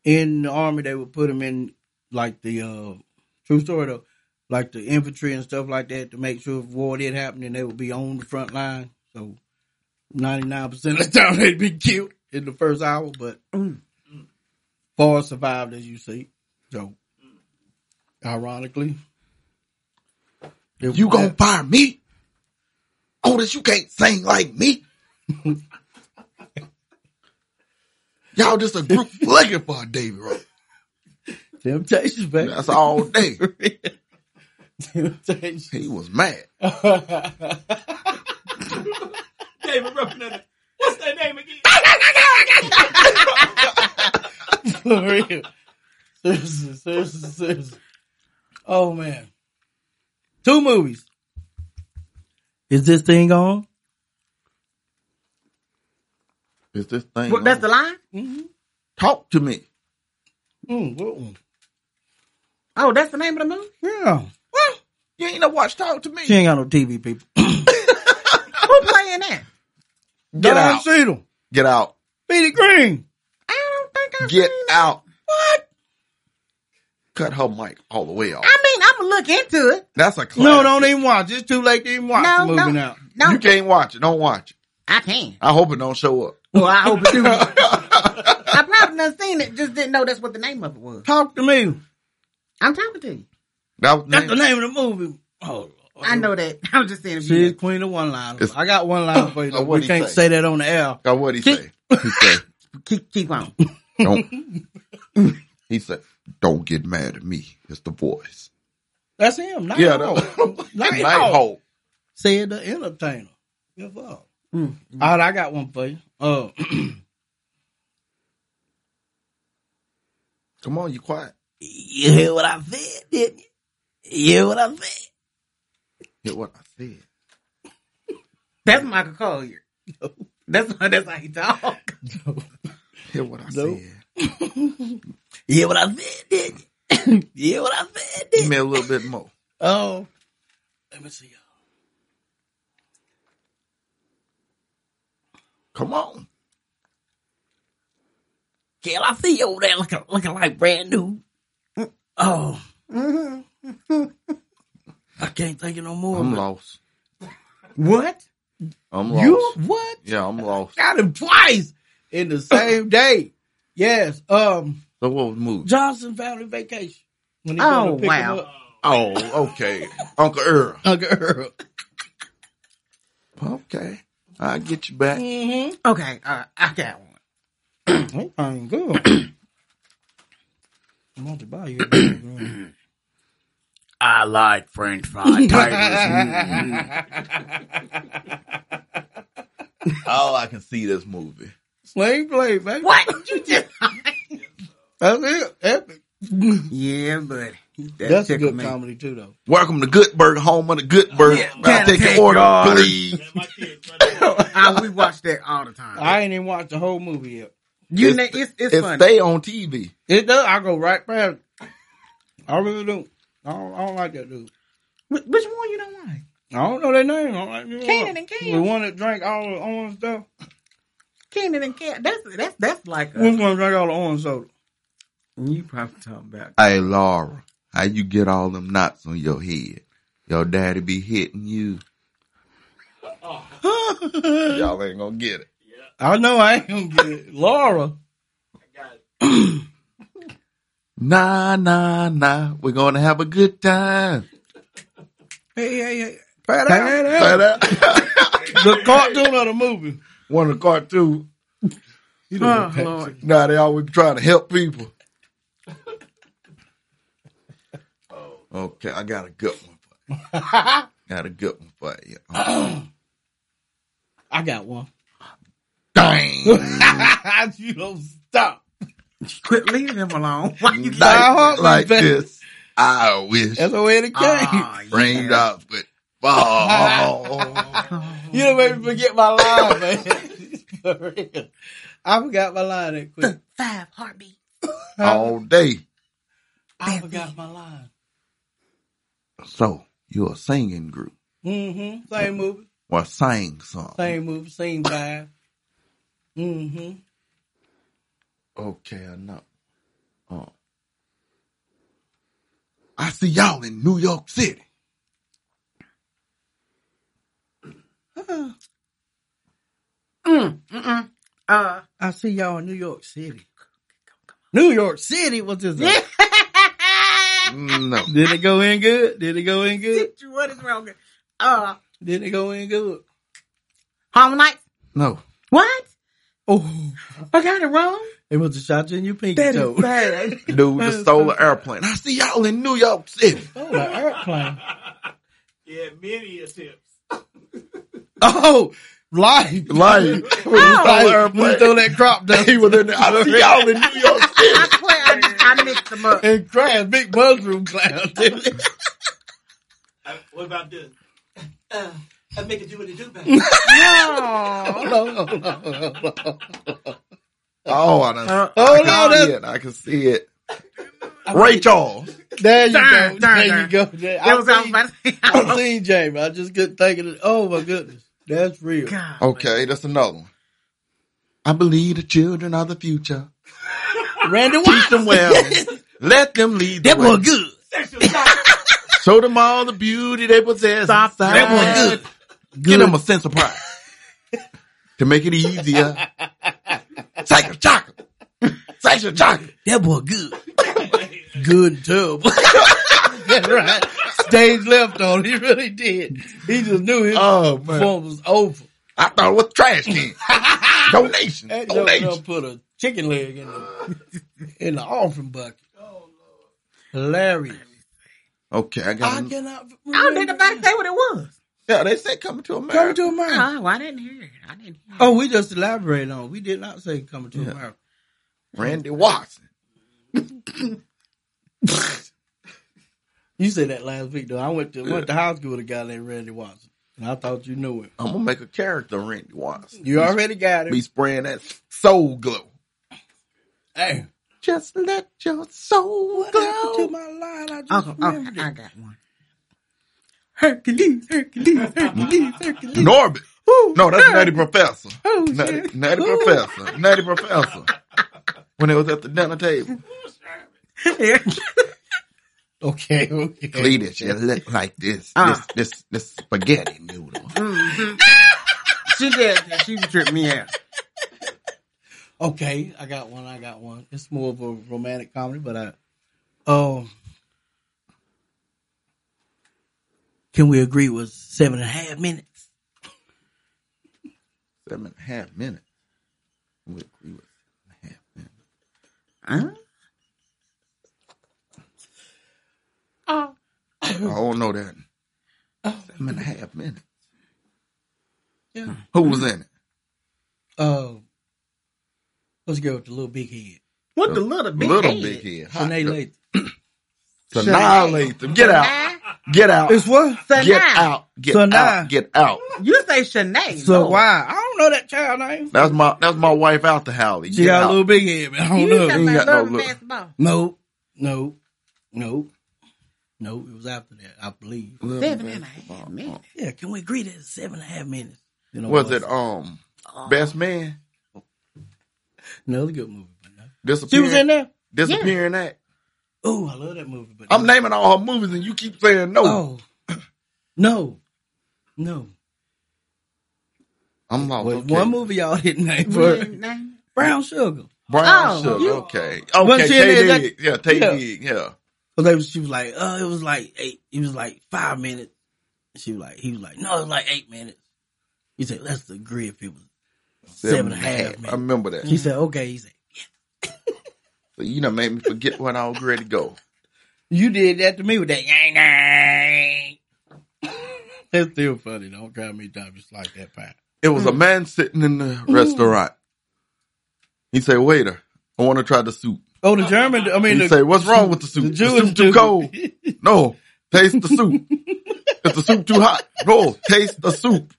Speaker 5: in the army, they would put them in like the uh, true story though, like the infantry and stuff like that to make sure if war did happen, then they would be on the front line. So ninety nine percent of the <laughs> time they'd be killed in the first hour, but far survived as you see. So ironically, it-
Speaker 3: You gonna fire Oh, me? Otis, you can't sing like me. <laughs> Y'all just
Speaker 5: <laughs>
Speaker 3: a group looking for a David Ross.
Speaker 5: Temptations, baby.
Speaker 3: That's all day.
Speaker 5: Temptations.
Speaker 3: He was mad.
Speaker 4: David Ruffin. What's that name again?
Speaker 5: For real. Seriously, seriously, seriously. <laughs> Oh man. Two movies. Is this thing on?
Speaker 3: Is this thing?
Speaker 2: What, that's the
Speaker 3: on?
Speaker 2: line?
Speaker 3: Talk to me.
Speaker 5: Mm-hmm. Mm, what one?
Speaker 2: Oh, that's the name of the movie?
Speaker 5: Yeah.
Speaker 3: What? You ain't no watch. Talk to me.
Speaker 5: She ain't got no TV people.
Speaker 2: Who playing that?
Speaker 3: Get
Speaker 5: Don
Speaker 3: out.
Speaker 5: Cheadle.
Speaker 3: Get out.
Speaker 5: Petey Green.
Speaker 2: I don't think I've
Speaker 3: Get
Speaker 2: seen that.
Speaker 3: out.
Speaker 2: What?
Speaker 3: Cut her mic all the way off.
Speaker 2: I mean, I'm gonna look into it.
Speaker 3: That's a classic.
Speaker 5: No, don't even watch. It's too late to even watch
Speaker 2: no,
Speaker 5: the movie
Speaker 2: no,
Speaker 5: now.
Speaker 2: no,
Speaker 3: You can't watch it. Don't watch it.
Speaker 2: I can.
Speaker 3: I hope it don't show up.
Speaker 2: Well, I hope it do. I probably done seen it, just didn't know that's what the name of it was.
Speaker 5: Talk to me.
Speaker 2: I'm talking to you.
Speaker 3: That was
Speaker 5: That's the name of the movie. Oh,
Speaker 2: I know that. <laughs> I'm just saying. if
Speaker 5: She's
Speaker 2: you-
Speaker 5: queen of one liners.
Speaker 3: It's-
Speaker 5: I got one line for you.
Speaker 3: Uh,
Speaker 5: Though.
Speaker 3: what'd
Speaker 5: We
Speaker 3: he
Speaker 5: can't
Speaker 3: say?
Speaker 5: say that on the air.
Speaker 3: God, what he say? He said,
Speaker 2: Keep keep on.
Speaker 3: don't. <laughs> He said, don't get mad at me. It's the voice.
Speaker 5: That's him. Night
Speaker 3: Yeah,
Speaker 5: Owl.
Speaker 3: <laughs> that
Speaker 5: <laughs> Night
Speaker 3: night
Speaker 5: Owl.
Speaker 3: hole.
Speaker 5: Said the entertainer. Give up. All right, I got one for you. Uh, <clears throat>
Speaker 3: Come on, you quiet.
Speaker 5: you hear what I said, didn't you? You hear what I said?
Speaker 3: Hear what I said.
Speaker 2: That's Michael Collier. That's that's how he talk.
Speaker 3: Hear what I
Speaker 5: Nope.
Speaker 3: said.
Speaker 5: You hear what I said, didn't you? <clears throat> you hear what I said, didn't
Speaker 3: Give
Speaker 5: you?
Speaker 3: me a little bit more.
Speaker 5: Oh, let me see.
Speaker 3: Come on.
Speaker 5: Can I see you over there looking, looking like brand new? Oh. <laughs> I can't think of no more.
Speaker 3: I'm
Speaker 5: but-
Speaker 3: lost.
Speaker 2: What?
Speaker 3: I'm lost.
Speaker 5: You what?
Speaker 3: Yeah, I'm lost.
Speaker 5: Got him twice in the same day. Yes. Um.
Speaker 3: So what was the movie?
Speaker 5: Johnson family vacation. When they
Speaker 2: Oh,
Speaker 5: go to pick him
Speaker 2: wow.
Speaker 5: up.
Speaker 3: Oh, okay. Uncle Earl.
Speaker 5: A girl.
Speaker 3: Okay. I'll get you back.
Speaker 5: Mm-hmm.
Speaker 2: Okay, all right, I got one.
Speaker 5: That ain't good. I'm about to buy
Speaker 2: <clears throat>
Speaker 5: you. a big one.
Speaker 6: I like French fry
Speaker 2: <laughs>
Speaker 6: tigers.
Speaker 3: Oh, I can see this movie.
Speaker 5: Slave play, baby. <laughs>
Speaker 2: What you just?
Speaker 5: That's it.
Speaker 2: <laughs>
Speaker 5: Epic.
Speaker 2: yeah, buddy. That
Speaker 5: That's a
Speaker 2: tickled
Speaker 5: good
Speaker 2: me. <laughs>
Speaker 5: comedy too, though.
Speaker 3: Welcome to Good Burger, home of the Good Burger. I take your order, please.
Speaker 4: Man, my kids running around.
Speaker 2: Ah, we watch that all the time.
Speaker 5: I ain't even watched the whole movie yet.
Speaker 2: you
Speaker 3: It's-
Speaker 2: know, it's it's,
Speaker 3: It
Speaker 2: funny.
Speaker 3: stay on TV.
Speaker 5: It does. I go right past. it. I really do. I don't, I don't like that dude.
Speaker 2: Wh- Which one you don't like?
Speaker 5: I don't know their name. I don't like them.
Speaker 2: Kenan and Kel.
Speaker 5: The one that drank all the orange stuff.
Speaker 2: Kenan and Cat. That's that's that's like
Speaker 5: Who's
Speaker 2: a,
Speaker 5: gonna drink all the orange soda?
Speaker 2: you probably talking about.
Speaker 3: Hey, Laura, how you get all them knots on your head? Your daddy be hitting you. Y'all ain't gonna get it.
Speaker 5: I know I ain't gonna get it. Laura.
Speaker 3: Nah, nah, nah. We're gonna have a good time.
Speaker 5: Hey, hey, hey.
Speaker 3: Pat out. <laughs>
Speaker 5: The cartoon of the movie.
Speaker 3: One of the cartoon.
Speaker 2: Oh Lord,
Speaker 3: Now they always trying to help people. Okay, I got a good one for you. got a good one for you.
Speaker 5: I got one. <laughs>
Speaker 3: Dang.
Speaker 5: you don't stop.
Speaker 2: quit leaving him alone. <laughs> Why you?
Speaker 3: Like,
Speaker 5: heart
Speaker 3: like
Speaker 5: was bad.
Speaker 3: this. I wish
Speaker 5: That's the way it came.
Speaker 2: Ah, yeah.
Speaker 3: rained up with fall.
Speaker 5: You done made me forget my line, man. <laughs> For real. I forgot my line that
Speaker 3: <laughs>
Speaker 5: quick.
Speaker 2: Five heartbeat.
Speaker 3: all day.
Speaker 5: I forgot my line.
Speaker 3: So you're a singing group.
Speaker 5: Mm-hmm. Same movie.
Speaker 3: Or sang song.
Speaker 5: Same movie. Same vibe. Mm-hmm.
Speaker 3: Okay, I know. Oh. I see y'all in New York City.
Speaker 2: Uh,
Speaker 5: I see y'all in New York City. New York City, what's this? Yeah.
Speaker 3: No.
Speaker 5: Did it go in good? Did it go in good?
Speaker 2: what is wrong? Uh,
Speaker 5: Did it go in good?
Speaker 2: Harlem Nights.
Speaker 3: No.
Speaker 2: What?
Speaker 5: Oh,
Speaker 2: I got it wrong.
Speaker 5: They must have shot you in your pinky
Speaker 2: That
Speaker 5: toe.
Speaker 2: is <laughs> bad.
Speaker 3: Dude, the solar airplane. I see y'all in New York City.
Speaker 5: Oh, an airplane.
Speaker 4: <laughs> Yeah, many attempts.
Speaker 5: Oh, life. <laughs>
Speaker 3: Like,
Speaker 5: Life. When you throw that crop down
Speaker 3: he was in there. I see y'all in New York City.
Speaker 2: I swear I, just, I mixed them
Speaker 5: <laughs>
Speaker 2: up.
Speaker 5: and crash, big mushroom cloud. <laughs>
Speaker 4: Uh, What about this? Uh, I make it do what it do back.
Speaker 2: No.
Speaker 5: Hold on, hold on, hold on.
Speaker 3: Oh, I done,
Speaker 2: Uh,
Speaker 5: Oh,
Speaker 3: I
Speaker 5: no,
Speaker 3: can see
Speaker 5: that's-
Speaker 3: it. I can see it. Ray Charles.
Speaker 5: There you
Speaker 2: Darn,
Speaker 5: go.
Speaker 2: darn,
Speaker 5: there you
Speaker 2: darn.
Speaker 5: go. There-
Speaker 2: That was
Speaker 5: I
Speaker 2: I was
Speaker 5: seen-
Speaker 2: about <laughs>
Speaker 3: Oh,
Speaker 2: Oh, to say.
Speaker 5: <clears throat> I seen Jamie. I just couldn't think of it. Oh my goodness, that's real.
Speaker 2: God.
Speaker 3: Okay, that's another one. I believe the children are the future.
Speaker 5: Randy
Speaker 3: Teach
Speaker 5: Watts.
Speaker 3: them well. Let them lead the
Speaker 5: That
Speaker 3: way.
Speaker 5: was good.
Speaker 4: Sexual assault.
Speaker 3: Show them all the beauty they possess.
Speaker 2: Stop
Speaker 3: inside.
Speaker 2: that
Speaker 5: was
Speaker 3: Give them a sense of pride to make it easier.
Speaker 5: <laughs>
Speaker 3: Psycho chocolate. Psycho chocolate.
Speaker 5: That boy good. good tub. <laughs> That's right. Stage left on. He really did. He just knew his
Speaker 3: Oh man,
Speaker 5: performance was over.
Speaker 3: I thought it was
Speaker 5: <laughs>
Speaker 3: trash can. Donation.
Speaker 5: That joke done
Speaker 3: Donation.
Speaker 5: put a chicken leg in the <laughs> in the orphan bucket. Hilarious. Um,
Speaker 3: Okay, I got.
Speaker 5: I
Speaker 3: it.
Speaker 5: cannot.
Speaker 2: I don't think nobody say what it was.
Speaker 3: Yeah, they said coming to America. Uh-huh.
Speaker 5: Come to America.
Speaker 2: Oh, I didn't hear it. I didn't hear it.
Speaker 5: Oh, we just elaborated on. it. We did not say coming to America.
Speaker 3: Randy Watson.
Speaker 5: You said that last week though. I went to went to high school with a guy named Randy Watson, and I thought you knew it.
Speaker 3: I'm gonna make a character Randy Watson.
Speaker 5: You already got
Speaker 3: Be
Speaker 5: it.
Speaker 3: spraying that soul glow.
Speaker 5: Hey,
Speaker 3: Just let your soul
Speaker 5: what happened to
Speaker 3: glow. Uh,
Speaker 5: my line? I just
Speaker 2: Okay, okay,
Speaker 5: remembered.
Speaker 2: oh, I got one. Hercules, Hercules, Hercules, Hercules.
Speaker 3: Norbit.
Speaker 2: Ooh,
Speaker 3: No, that's
Speaker 2: yeah.
Speaker 3: Nutty Professor.
Speaker 2: Oh, yeah.
Speaker 3: Nutty, Nutty Professor.
Speaker 5: <laughs>
Speaker 3: Nutty Professor. When it was at the dinner table.
Speaker 5: Okay, okay.
Speaker 3: Cletus, you look like this.
Speaker 2: Uh.
Speaker 3: This, this, this spaghetti noodle.
Speaker 2: Mhm. <laughs> she did. that. She tripped me out.
Speaker 5: Okay, I got one. I got one. It's more of a romantic comedy, but I. Um, can we agree with seven and a half minutes?
Speaker 3: Seven and a half minutes. We agree with seven and a half minutes.
Speaker 2: Huh?
Speaker 3: I don't know that. Seven and a half minutes.
Speaker 5: Yeah.
Speaker 3: Who was in it?
Speaker 5: Uh, let's go with the little big head.
Speaker 2: What the little big
Speaker 3: Little
Speaker 2: head?
Speaker 3: Big Head. Hot
Speaker 5: Sinead
Speaker 3: dog.
Speaker 5: Lathan.
Speaker 3: To annihilate them. Get out.
Speaker 2: Shanae?
Speaker 3: Get out.
Speaker 5: It's what?
Speaker 2: Shanae.
Speaker 3: Get out. Get
Speaker 5: So now-
Speaker 3: out. Get out.
Speaker 2: You say Shanae.
Speaker 5: So
Speaker 2: Lord.
Speaker 5: why? I don't know that child name.
Speaker 3: That's my that's my wife out the Howley.
Speaker 5: She
Speaker 3: Get
Speaker 5: got a
Speaker 3: out.
Speaker 5: little big head, but I
Speaker 2: You
Speaker 5: don't know.
Speaker 2: talking
Speaker 3: Ain't
Speaker 2: about
Speaker 3: got no
Speaker 2: little
Speaker 3: look.
Speaker 2: basketball.
Speaker 5: No, no, no, no. It was after that, I believe.
Speaker 3: Little
Speaker 2: Seven
Speaker 3: bit.
Speaker 2: and a half minutes.
Speaker 5: Yeah, can we agree that it's seven and a half minutes? You know,
Speaker 3: Was it um
Speaker 2: Oh.
Speaker 3: Best Man?
Speaker 5: another good movie? But no. She
Speaker 3: Disappearing,
Speaker 5: was in there.
Speaker 3: disappearing act.
Speaker 5: Oh, I love that movie. But
Speaker 3: I'm
Speaker 5: no.
Speaker 3: naming all her movies and you keep saying no.
Speaker 5: Oh, no, no.
Speaker 3: I'm lost.
Speaker 5: Well,
Speaker 3: okay.
Speaker 5: One movie y'all <laughs> didn't name
Speaker 2: We
Speaker 5: for
Speaker 2: didn't name it.
Speaker 5: Brown Sugar.
Speaker 3: Brown
Speaker 2: Oh,
Speaker 3: Sugar.
Speaker 2: you-
Speaker 3: Okay.
Speaker 5: Wasn't
Speaker 3: Okay.
Speaker 5: she in
Speaker 3: Tay
Speaker 5: there?
Speaker 3: Diggs. Yeah. Tay
Speaker 5: Yeah.
Speaker 3: Diggs. Yeah.
Speaker 5: Well, they was, she was like, uh, it was like eight. It was like five minutes. She was like, he was like, no, it was like eight minutes. He said, let's agree if it was seven and a half
Speaker 3: I
Speaker 5: minutes.
Speaker 3: remember that.
Speaker 5: He said,
Speaker 2: Mm-hmm.
Speaker 5: okay. He said,
Speaker 3: So you know, made me forget when I was ready to go.
Speaker 5: You did that to me with that yang yang. <laughs> That's still funny. Don't cry me down just like that pie.
Speaker 3: It was a
Speaker 5: Mm.
Speaker 3: man sitting in the restaurant. He said, "Waiter, I want to try the soup."
Speaker 5: Oh, the German. I mean,
Speaker 3: He
Speaker 5: the,
Speaker 3: said, "What's wrong with the soup?
Speaker 5: the
Speaker 3: The
Speaker 5: Jewish
Speaker 3: soup too
Speaker 5: dude.
Speaker 3: cold." No, taste
Speaker 5: <laughs>
Speaker 3: the soup. Is the soup too hot? No, taste the soup.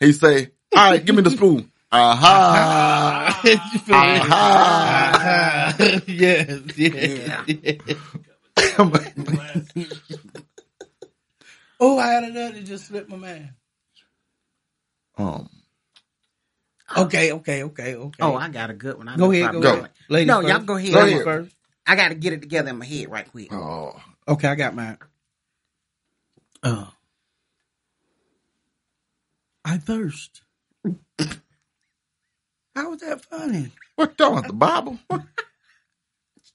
Speaker 3: He say, all right, give me the spoon. Aha.
Speaker 5: <laughs> You feel it?
Speaker 3: Aha.
Speaker 5: Ah, <laughs> yes, yes.
Speaker 2: Yeah.
Speaker 5: Oh, I had another that just slipped my mind.
Speaker 3: um,
Speaker 5: Okay, okay, okay, okay.
Speaker 2: Ah. Oh, I got a good one. I
Speaker 5: go
Speaker 2: know
Speaker 5: ahead, go
Speaker 2: probably-
Speaker 5: ahead. Ladies
Speaker 2: No,
Speaker 5: first. Uh-huh.
Speaker 2: y'all go ahead.
Speaker 3: Go
Speaker 5: Ladies
Speaker 3: ahead.
Speaker 5: first.
Speaker 2: I got to get it together in my head right quick.
Speaker 3: oh,
Speaker 5: Okay, I got mine. Uh, I thirst. How was that funny?
Speaker 3: what you talking about the Bible? What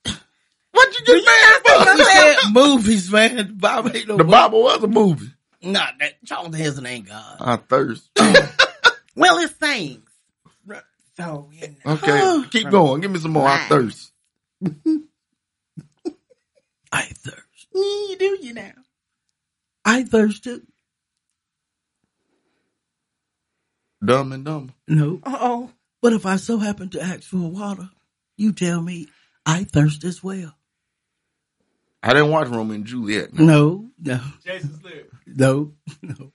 Speaker 3: you just
Speaker 5: We
Speaker 3: mad
Speaker 5: said movies, man. <laughs> Bob ain't no
Speaker 3: for? The Bible was a movie.
Speaker 5: Nah, that Charles Henson ain't God.
Speaker 3: I thirst.
Speaker 2: Well, it's sayings.
Speaker 5: Oh,
Speaker 2: So, you know.
Speaker 5: <gasps>
Speaker 3: Okay, keep going. Give me some more. I
Speaker 2: Right.
Speaker 3: thirst.
Speaker 5: I thirst.
Speaker 2: You do, you know.
Speaker 5: I thirsted.
Speaker 3: Dumb and dumb.
Speaker 5: No.
Speaker 2: Oh,
Speaker 5: But if I so happen to ask for water, you tell me I thirst as well.
Speaker 3: I didn't watch Romeo and Juliet.
Speaker 5: Mm. No, no,
Speaker 4: Jason's lyric.
Speaker 5: no, <laughs> no.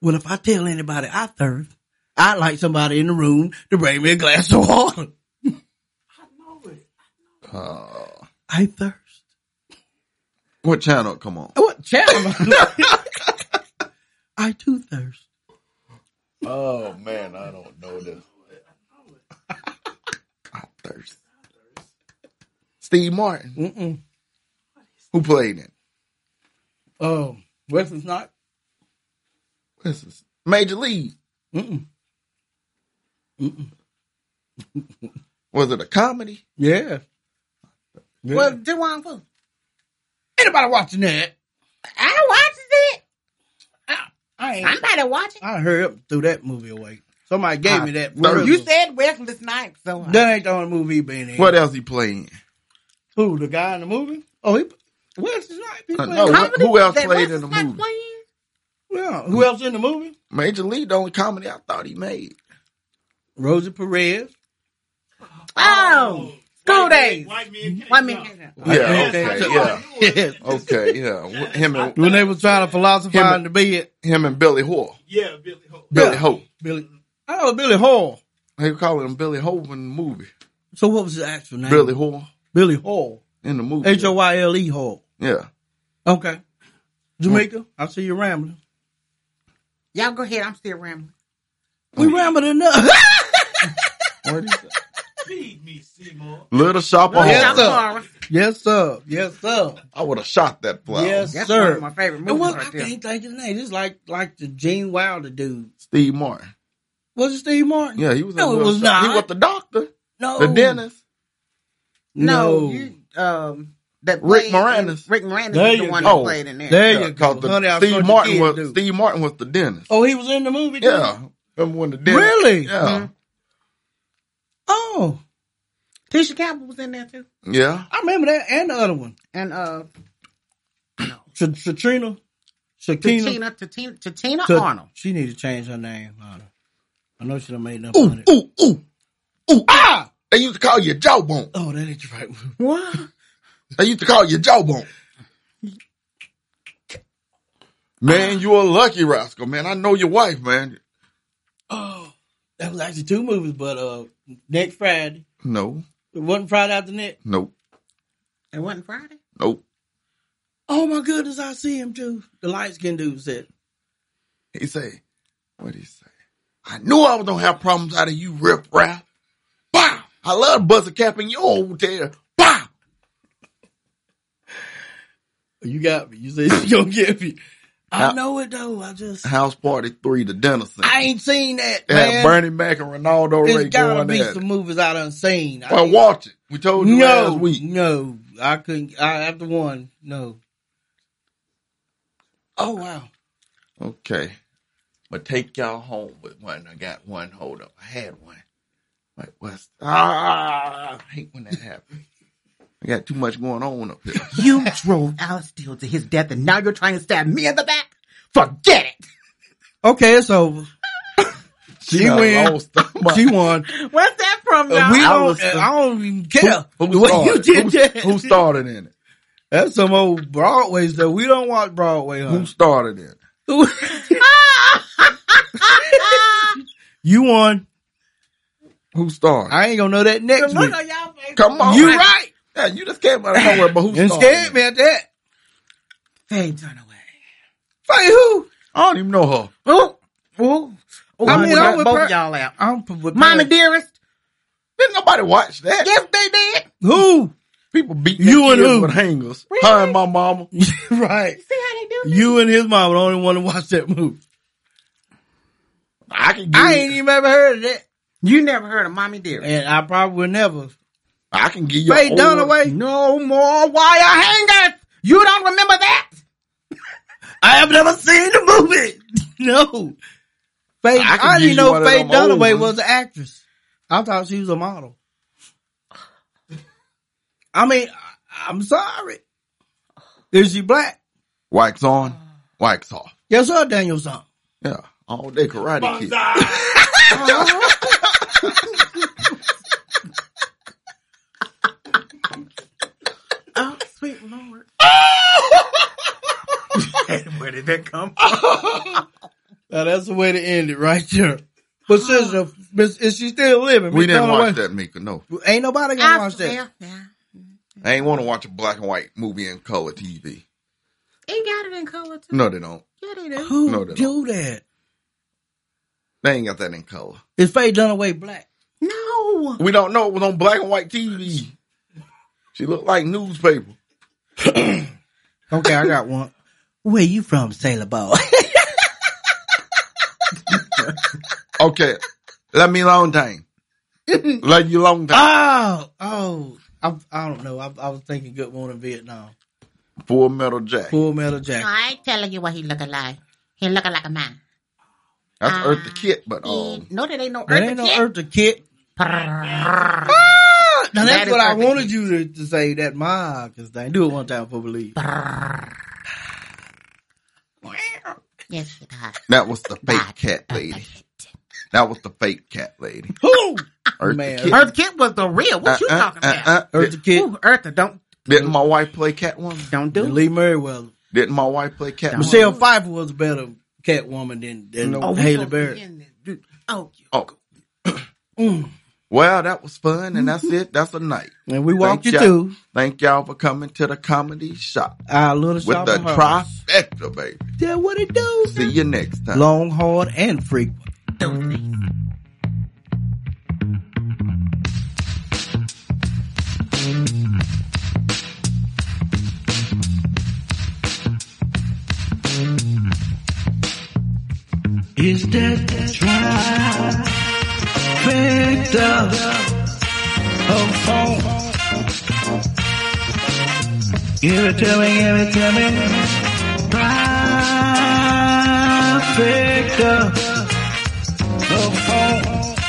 Speaker 5: Well, if I tell anybody I thirst, I'd like somebody in the room to bring me a glass of water.
Speaker 4: I know it.
Speaker 3: Uh,
Speaker 5: I thirst.
Speaker 3: what channel? Come on.
Speaker 5: What channel? <laughs> I do thirst.
Speaker 3: Oh man, I don't know <laughs> this. I thirst. Steve Martin,
Speaker 5: Mm-mm.
Speaker 3: who played it?
Speaker 5: Oh, Wesley's not.
Speaker 3: This is Major League.
Speaker 5: Mm-mm. <laughs>
Speaker 3: Was it a comedy?
Speaker 5: Yeah. yeah.
Speaker 2: well, Dewan Fu.
Speaker 5: anybody watching that?
Speaker 2: I watches it.
Speaker 5: I ain't.
Speaker 2: Somebody watch it.
Speaker 5: I heard up threw that movie away. Somebody gave me that.
Speaker 3: I
Speaker 5: first.
Speaker 3: thirst.
Speaker 2: You said Wesley Snipes, so I-
Speaker 5: that ain't the only movie he been in.
Speaker 3: What else he playing?
Speaker 5: Who the guy in the movie? Oh, he. Where's his name? He
Speaker 3: Uh,
Speaker 5: played-
Speaker 3: no,
Speaker 5: Huh?
Speaker 3: wh- who else
Speaker 2: That
Speaker 3: played in
Speaker 2: Wesley
Speaker 3: the
Speaker 2: Snipes
Speaker 3: movie?
Speaker 2: playing?
Speaker 5: Yeah, Who else in the movie?
Speaker 3: Major League, the only comedy I thought he made.
Speaker 5: Rosie Perez.
Speaker 2: Oh, school
Speaker 4: White men-
Speaker 2: days.
Speaker 4: White men. can't
Speaker 2: White men
Speaker 4: jump.
Speaker 2: can't jump.
Speaker 3: Yeah,
Speaker 5: okay,
Speaker 3: okay,
Speaker 4: That's how
Speaker 3: yeah,
Speaker 4: I knew it.
Speaker 5: Yes. <laughs>
Speaker 3: okay, yeah. Wh- Him and
Speaker 5: When they was trying to philosophize
Speaker 3: Him-
Speaker 5: in the bed,
Speaker 3: him and Billy Ho.
Speaker 4: Yeah, Billy Hope.
Speaker 3: Billy
Speaker 5: Yeah.
Speaker 3: Ho.
Speaker 5: Billy. Oh, Billy Hall.
Speaker 3: They call him Billy Ho in the movie.
Speaker 5: So what was his actual name?
Speaker 3: Billy Ho
Speaker 5: Billy Hall.
Speaker 3: in the movie.
Speaker 5: H O Y L E Hall.
Speaker 3: Yeah.
Speaker 5: Okay. Jamaica, I see you rambling.
Speaker 2: Y'all go ahead. I'm still rambling.
Speaker 5: We rambled enough. <laughs>
Speaker 3: What is that?
Speaker 4: Feed me, Seymour.
Speaker 3: Little Shop of
Speaker 5: Oh, Yes,
Speaker 2: I'm
Speaker 3: Horrors.
Speaker 5: sir.
Speaker 2: sorry.
Speaker 5: yes, sir. Yes, sir.
Speaker 3: I would have shot that flower.
Speaker 5: Yes,
Speaker 2: That's
Speaker 5: sir.
Speaker 2: one of my favorite
Speaker 5: It
Speaker 2: movies
Speaker 5: was, I
Speaker 2: right there.
Speaker 5: can't think of his name. It's like like the Gene Wilder dude.
Speaker 3: Steve Martin.
Speaker 5: Was it Steve Martin?
Speaker 3: Yeah, he was.
Speaker 5: No,
Speaker 3: in
Speaker 5: it
Speaker 3: Little
Speaker 5: was
Speaker 3: Shop-
Speaker 5: not. Oh.
Speaker 3: He was the doctor,
Speaker 5: No.
Speaker 3: the dentist.
Speaker 2: No,
Speaker 5: No.
Speaker 2: you um that
Speaker 3: Rick
Speaker 2: played in-
Speaker 3: Moranis.
Speaker 2: Rick Moranis
Speaker 5: There
Speaker 2: is the
Speaker 5: you
Speaker 2: one
Speaker 5: go.
Speaker 2: that played in there.
Speaker 5: There
Speaker 3: Yeah,
Speaker 5: you go.
Speaker 3: 'cause the-
Speaker 5: Honey, I Saw
Speaker 3: Steve
Speaker 5: Your
Speaker 3: Martin
Speaker 5: Kids
Speaker 3: was
Speaker 5: Do.
Speaker 3: Steve Martin was the dentist.
Speaker 5: Oh, he was in the movie. too?
Speaker 3: Yeah, remember when the dentist?
Speaker 5: Really?
Speaker 3: Yeah,
Speaker 5: Oh,
Speaker 2: Tisha Campbell was in there too,
Speaker 5: Mm-hmm.
Speaker 3: yeah.
Speaker 5: I remember that and the other one,
Speaker 2: and uh,
Speaker 5: Sh- Shatrina, Shakina.
Speaker 2: Tatina, Tatina, Tatina
Speaker 5: T-
Speaker 2: Arnold.
Speaker 5: She need to change her name. Honey. I know she done made up on
Speaker 3: Ooh,
Speaker 5: it.
Speaker 3: ooh, ooh, ooh. Ah! They used to call you jawbone.
Speaker 5: Oh, that ain't the right. one.
Speaker 2: What?
Speaker 3: They used to call you jawbone. Man, you a lucky rascal, man. I know your wife, man.
Speaker 5: Oh, that was actually two movies, but uh, next Friday.
Speaker 3: No,
Speaker 5: It wasn't Friday after next.
Speaker 3: nope,
Speaker 2: It wasn't Friday.
Speaker 3: nope.
Speaker 5: Oh my goodness, I see him too. The light skin dude said,
Speaker 3: He say, what he say? I knew I was gonna have problems out of you, rip rap. Bow. I love busting cap in your old tail. Bow.
Speaker 5: "You got me." You said <laughs> you gonna get me. I
Speaker 3: How-
Speaker 5: know it though. I just
Speaker 3: House Party 3, The Dennison.
Speaker 5: I ain't seen that
Speaker 3: They
Speaker 5: man.
Speaker 3: had Bernie Mac and Ronaldo Ray
Speaker 5: There's gotta
Speaker 3: going
Speaker 5: be
Speaker 3: at
Speaker 5: some
Speaker 3: it.
Speaker 5: movies I done seen. I
Speaker 3: Well,
Speaker 5: ain't-
Speaker 3: watch it. We told you
Speaker 5: no,
Speaker 3: last week.
Speaker 5: no, I couldn't. I after one, no. Oh wow,
Speaker 3: Okay. But take y'all home with one. I got one. Hold up. I had one. Like, what's. Ah, I hate when that happens. I got too much going on up here.
Speaker 2: You drove <laughs> Alice Steele to his death, and now you're trying to stab me in the back. Forget it.
Speaker 5: okay, it's over.
Speaker 3: She,
Speaker 5: She
Speaker 3: done
Speaker 5: win.
Speaker 3: lost her mind.
Speaker 5: She
Speaker 3: <laughs>
Speaker 5: won.
Speaker 2: <laughs> What's that from,
Speaker 5: Uh,
Speaker 2: y'all?
Speaker 5: we
Speaker 3: I
Speaker 5: don't.
Speaker 3: was-
Speaker 5: uh, I don't even care
Speaker 3: Who,
Speaker 5: the way you
Speaker 3: started?
Speaker 5: did
Speaker 3: Who-
Speaker 5: that.
Speaker 3: who started in it?
Speaker 5: That's some old Broadway stuff. We don't watch Broadway,
Speaker 3: Who
Speaker 5: huh?
Speaker 3: started in it?
Speaker 5: <laughs> you won.
Speaker 3: Who started?
Speaker 5: I ain't gonna know that
Speaker 2: the
Speaker 5: next
Speaker 2: look
Speaker 5: week.
Speaker 2: on y'all face.
Speaker 3: Come on.
Speaker 5: You right.
Speaker 3: Yeah, you just came out of
Speaker 5: <laughs>
Speaker 3: nowhere, but who
Speaker 5: And
Speaker 3: started?
Speaker 5: scared
Speaker 3: it?
Speaker 5: me at that.
Speaker 2: Faye Dunaway.
Speaker 5: Fight who?
Speaker 3: I don't even know her.
Speaker 2: Ooh, ooh. ooh
Speaker 5: I
Speaker 2: Oh, I
Speaker 5: mean,
Speaker 2: mean,
Speaker 5: I
Speaker 2: I
Speaker 5: would
Speaker 2: both
Speaker 5: per-
Speaker 2: y'all <laughs> out.
Speaker 5: I'm p- with
Speaker 2: Mama dearest,
Speaker 3: Didn't nobody watch that?
Speaker 2: yes they did.
Speaker 5: Who? <laughs>
Speaker 3: People beat
Speaker 5: You
Speaker 3: you
Speaker 5: and
Speaker 3: and
Speaker 5: who?
Speaker 3: with hangers.
Speaker 2: Really?
Speaker 3: Her and my mama.
Speaker 5: right.
Speaker 2: See how they do?
Speaker 5: You and his mom are the only one to watch that movie.
Speaker 3: I can give
Speaker 5: I
Speaker 3: you,
Speaker 5: ain't even ever heard of that.
Speaker 2: You never heard of Mommy Dearest.
Speaker 5: And I probably will never.
Speaker 3: I can give you.
Speaker 5: Faye
Speaker 3: old-
Speaker 5: Dunaway.
Speaker 2: No more wire hangers. You
Speaker 5: <laughs>
Speaker 2: don't remember that?
Speaker 5: I have never seen the movie. <laughs> No. Faye,
Speaker 3: I could
Speaker 5: I,
Speaker 3: give
Speaker 5: didn't
Speaker 3: you
Speaker 5: know
Speaker 3: one of
Speaker 5: Faye
Speaker 3: them old
Speaker 5: Dunaway
Speaker 3: ones.
Speaker 5: was an actress. I thought she was a model. <sighs> I mean, I, I'm sorry. Is she black?
Speaker 3: Wax on, wax off.
Speaker 5: Yes, sir, Daniel Song.
Speaker 3: Yeah, all day karate kid.
Speaker 4: Bonsai.
Speaker 2: Oh, sweet Lord.
Speaker 6: <laughs> Where did that come?
Speaker 5: Now that's the way to end it right there. But
Speaker 3: <sighs>
Speaker 5: sister, is is she still living?
Speaker 3: We
Speaker 5: Miss
Speaker 3: didn't watch
Speaker 5: Dunaway?
Speaker 3: that, Mika. No,
Speaker 5: Ain't nobody gonna watch that.
Speaker 2: Yeah, yeah.
Speaker 3: I ain't want to watch a black and white movie in color TV.
Speaker 2: It got it in color too.
Speaker 3: No, they don't.
Speaker 2: Yeah, they do.
Speaker 5: Who
Speaker 3: No, they
Speaker 5: do that?
Speaker 3: They ain't got that in color.
Speaker 5: Is Faye Dunaway black?
Speaker 2: No.
Speaker 3: We don't know. It was on black and white TV. She looked like newspaper.
Speaker 5: Okay, I got one. <laughs> Where you from, Sailor <laughs> Ball?
Speaker 3: Okay, let me long time. Let you long time.
Speaker 5: oh, oh, I, I don't know. I, I was thinking Good Morning Vietnam,
Speaker 3: Full Metal Jack.
Speaker 5: Full Metal Jacket.
Speaker 7: I ain't telling you what he looking like. He looking like a man.
Speaker 3: That's
Speaker 5: Ah.
Speaker 3: Eartha Kitt, but um,
Speaker 7: He- no, that ain't no
Speaker 5: That
Speaker 7: Eartha
Speaker 5: ain't no
Speaker 7: Kitt.
Speaker 5: Eartha Kit.
Speaker 7: Brrrr.
Speaker 5: Now
Speaker 7: That
Speaker 5: that's
Speaker 7: is
Speaker 5: what I
Speaker 7: Eartha
Speaker 5: wanted
Speaker 7: Kitt.
Speaker 5: you to, to say. That my cause they do it one time for believe.
Speaker 7: Yes, it does.
Speaker 3: that was the fake
Speaker 7: Bad.
Speaker 3: cat lady. That was the fake cat lady.
Speaker 5: <laughs> Who?
Speaker 3: Eartha
Speaker 5: Man,
Speaker 3: Kitt.
Speaker 2: Earth Kid was the real. What you
Speaker 3: Uh, uh,
Speaker 2: talking
Speaker 3: uh,
Speaker 2: about?
Speaker 3: uh. Did-
Speaker 5: Eartha Kit.
Speaker 2: Ooh, Eartha, don't
Speaker 3: Didn't my wife play Catwoman?
Speaker 2: don't do
Speaker 5: and
Speaker 2: it.
Speaker 5: Lee Merriweather.
Speaker 3: Didn't my wife play Catwoman?
Speaker 5: Michelle Pfeiffer was a better Catwoman than, than
Speaker 2: Oh, we
Speaker 5: Haley
Speaker 2: supposed to be
Speaker 5: Berry.
Speaker 2: in this, dude. Oh, you-
Speaker 3: Oh.
Speaker 5: <clears throat> Mm. Mm-hmm.
Speaker 3: Well, that was fun, and that's it. That's a night.
Speaker 5: And we walked you
Speaker 3: y'all.
Speaker 5: through
Speaker 3: Thank y'all for coming to the comedy shop
Speaker 5: our Ah, little
Speaker 3: with
Speaker 5: shop
Speaker 3: the
Speaker 5: of horrors.
Speaker 3: trifecta, baby.
Speaker 5: Yeah, what it do?
Speaker 3: See you next time.
Speaker 5: Long, hard, and frequent.
Speaker 1: Is that trifecta of hope? Give it to me, give it to me. Trifecta of hope.